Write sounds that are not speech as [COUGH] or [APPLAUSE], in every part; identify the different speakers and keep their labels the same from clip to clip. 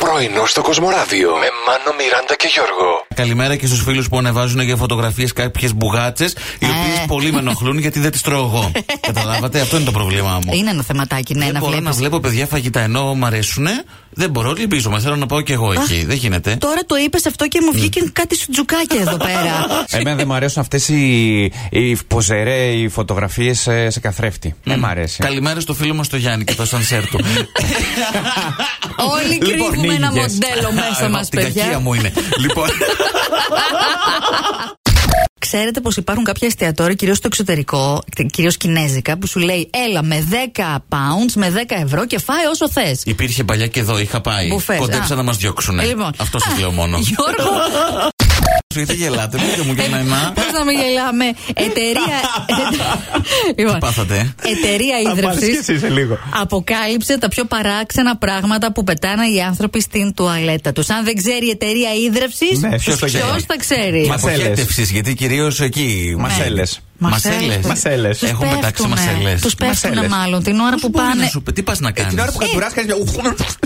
Speaker 1: Πρωινό στο Κοσμοράδιο με Μάνο, Μιράντα και Γιώργο.
Speaker 2: Καλημέρα και στους φίλους που ανεβάζουν για φωτογραφίες κάποιες μπουγάτσες, οι
Speaker 3: Ε.
Speaker 2: οποίες πολύ με ενοχλούν γιατί δεν τις τρώω
Speaker 3: [LAUGHS]
Speaker 2: εγώ. Καταλάβατε, αυτό είναι το πρόβλημά μου.
Speaker 3: Είναι ένα θεματάκι, ναι,
Speaker 2: δεν
Speaker 3: να
Speaker 2: μπορώ να
Speaker 3: βλέπεις.
Speaker 2: βλέπω παιδιά φαγητά ενώ μ' αρέσουν. Δεν μπορώ, λυπίζομαι. Θέλω να πάω κι εγώ εκεί. Δεν γίνεται.
Speaker 3: Τώρα το είπες αυτό και
Speaker 4: Ναι.
Speaker 3: μου βγήκε κάτι σου τζουκάκι εδώ
Speaker 4: [LAUGHS]
Speaker 3: πέρα.
Speaker 4: Εμένα δεν μου αρέσουν αυτές οι, οι ποζερέ, οι φωτογραφίες σε, σε καθρέφτη. Δεν μου αρέσει.
Speaker 2: Καλημέρα στο φίλο μας το Γιάννη και το σανσέρ του.
Speaker 3: Όλοι
Speaker 4: Λοιπόν,
Speaker 3: κρύβουμε ένα
Speaker 4: νίγες.
Speaker 3: μοντέλο μέσα
Speaker 2: Α,
Speaker 3: μα,
Speaker 2: Την κακία
Speaker 3: παιδιά.
Speaker 2: μου είναι.
Speaker 3: [LAUGHS]
Speaker 2: λοιπόν.
Speaker 3: Ξέρετε πως υπάρχουν κάποια εστιατόρια, κυρίως στο εξωτερικό, κυρίως κινέζικα, που σου λέει Έλα με 10 pounds, με 10 ευρώ και φάει όσο θες.
Speaker 2: Υπήρχε παλιά και εδώ, είχα πάει.
Speaker 3: Μπουφές,
Speaker 2: Κοντέψα
Speaker 3: α.
Speaker 2: να μας διώξουν.
Speaker 3: Λοιπόν.
Speaker 2: Αυτό σας λέω μόνο.
Speaker 3: Γιώργο,
Speaker 2: Γιατί γελάτε, πείτε μου και
Speaker 3: Ε,
Speaker 2: εμένα.
Speaker 3: πώς να μην γελάμε.
Speaker 4: [LAUGHS]
Speaker 3: Εταιρεία. Λοιπόν,
Speaker 2: Τι πάθατε, ε?
Speaker 3: Εταιρεία
Speaker 4: Θα πάρεις κι
Speaker 3: ίδρυυση
Speaker 4: εσύ σε λίγο.
Speaker 3: αποκάλυψε τα πιο παράξενα πράγματα που πετάνε οι άνθρωποι στην τουαλέτα τους. Αν δεν ξέρει η εταιρεία ίδρυυση,
Speaker 4: Ναι, ποιος το
Speaker 3: ποιο
Speaker 4: ξέρει.
Speaker 3: τα ξέρει.
Speaker 4: Μα- Μασέλες.
Speaker 2: Αποχέτευσης, γιατί κυρίως εκεί.
Speaker 4: Μασέλες.
Speaker 2: Μασέλε.
Speaker 4: Μασέλες. Τους
Speaker 2: Έχουν πετάξει μασέλες.
Speaker 3: Τους πέφτουνε
Speaker 4: Μασέλες.
Speaker 3: μάλλον την ώρα που πάνε.
Speaker 2: Τι πας να
Speaker 4: Ε,
Speaker 2: κάνει.
Speaker 4: την ώρα που κατουρά, κάνει.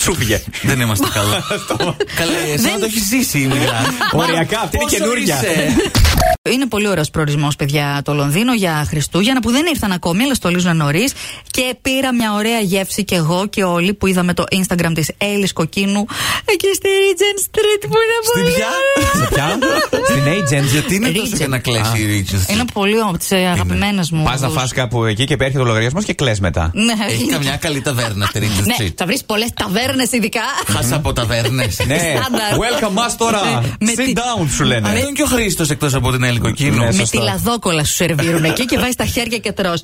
Speaker 4: Σου φύγε.
Speaker 2: Δεν είμαστε καλά. Καλέ, σαν να το έχεις ζήσει η μοίρα.
Speaker 4: [LAUGHS] Οριακά, αυτή είναι
Speaker 2: Πόσο
Speaker 4: καινούρια.
Speaker 2: είσαι?
Speaker 3: Είναι πολύ ωραίος προορισμός, παιδιά, το Λονδίνο για Χριστούγεννα που δεν ήρθαν ακόμη, αλλά στολίζουν νωρίς. Και πήρα μια ωραία γεύση και εγώ και όλοι που είδαμε το Instagram της Έλλης Κοκκίνου εκεί στη Regent Street που είναι
Speaker 2: Στην
Speaker 3: πολύ
Speaker 2: ποια?
Speaker 3: ωραία.
Speaker 4: Σε ποια? Στην agent.
Speaker 2: Γιατί είναι τόσο
Speaker 3: Regent.
Speaker 2: και να κλέσει η Regent.
Speaker 3: Είναι πολύ από τι αγαπημένες μου.
Speaker 4: Πας να φας κάπου εκεί και έρχεται ο λογαριασμό και κλε μετά.
Speaker 3: Ναι,
Speaker 2: Έχει καμιά καλή ταβέρνα στη Regent
Speaker 3: [LAUGHS] ναι
Speaker 2: Street.
Speaker 3: θα βρεις πολλές ταβέρνες ειδικά.
Speaker 2: Χάσα από ταβέρνες.
Speaker 4: Ναι,
Speaker 2: [LAUGHS]
Speaker 3: Στάνταρ.
Speaker 4: welcome us τώρα.
Speaker 3: Με
Speaker 4: Sit
Speaker 3: τι-
Speaker 4: down, σου λένε.
Speaker 2: Αλλά είναι και ο Χρήστος εκτός από την Έλλη Κοκκίνου.
Speaker 4: Ναι.
Speaker 3: Με
Speaker 4: σωστά.
Speaker 3: τη λαδόκολα σου σερβίρουν εκεί και βάζει τα χέρια και τρως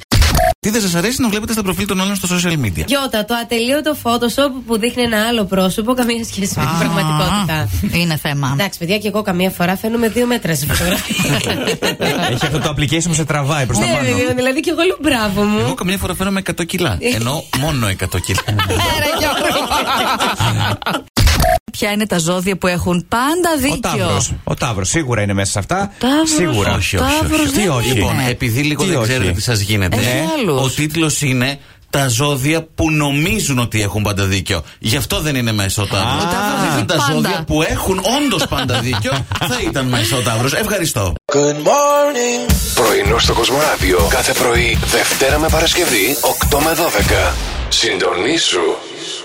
Speaker 2: Τι δεν σας αρέσει να βλέπετε στα προφίλ των άλλων στο social media.
Speaker 5: Γιώτα, το ατελείωτο Photoshop που δείχνει ένα άλλο πρόσωπο, καμία σχέση με την πραγματικότητα.
Speaker 3: Α, Είναι θέμα.
Speaker 5: Εντάξει, παιδιά, και εγώ καμία φορά φαίνομαι δύο μέτρα σε φωτογραφία.
Speaker 4: Έχει αυτό το application που σε τραβάει προς τα
Speaker 5: Ναι,
Speaker 4: πάνω.
Speaker 5: βέβαια, δηλαδή και εγώ λέω μπράβο
Speaker 2: Εγώ
Speaker 5: μου.
Speaker 2: καμιά φορά φαίνομαι 100 κιλά.
Speaker 4: Ε.
Speaker 2: Ενώ μόνο 100 κιλά.
Speaker 3: Ποια είναι τα ζώδια που έχουν πάντα
Speaker 4: Ο
Speaker 3: δίκιο.
Speaker 4: Ταύρος. Ο Ταύρος σίγουρα είναι μέσα σε αυτά.
Speaker 3: Ταύρος.
Speaker 4: Σίγουρα.
Speaker 2: Όχι,
Speaker 3: Ο
Speaker 2: όχι, όχι,
Speaker 3: Ταύρος
Speaker 2: όχι.
Speaker 3: δεν είναι.
Speaker 2: Λοιπόν, επειδή λίγο
Speaker 4: Τι
Speaker 2: δεν
Speaker 4: όχι.
Speaker 2: ξέρετε τι σας γίνεται,
Speaker 3: Έχει άλλους.
Speaker 2: ο τίτλος είναι Τα ζώδια που νομίζουν ότι έχουν πάντα δίκιο. Γι' αυτό δεν είναι μέσα ο Ταύρος.
Speaker 4: Ο Ταύρος
Speaker 3: έχει
Speaker 2: Τα
Speaker 3: πάντα.
Speaker 2: ζώδια που έχουν όντως πάντα δίκιο θα ήταν μέσα ο Ταύρος. Ευχαριστώ.
Speaker 1: Πρωινό στο Κοσμοράδιο κάθε πρωί, Δευτέρα με Παρασκευή, 8 με 12. Συντονίσου.